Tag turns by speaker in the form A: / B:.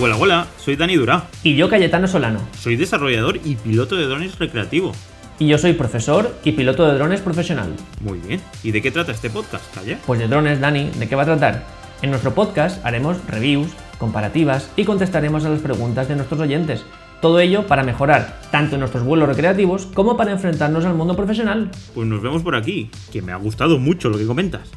A: Hola, hola, soy Dani Durá,
B: Y yo, Cayetano Solano.
A: soy desarrollador y piloto de drones recreativo.
B: Y yo soy profesor y piloto de drones profesional.
A: Muy bien, ¿y de qué trata este podcast, Calla?
B: Pues de drones, Dani, ¿de qué va a tratar? En nuestro podcast haremos reviews, comparativas y contestaremos a las preguntas de nuestros oyentes. Todo ello para mejorar tanto nuestros vuelos recreativos como para enfrentarnos al mundo profesional.
A: Pues nos vemos por aquí, que me ha gustado mucho lo que comentas.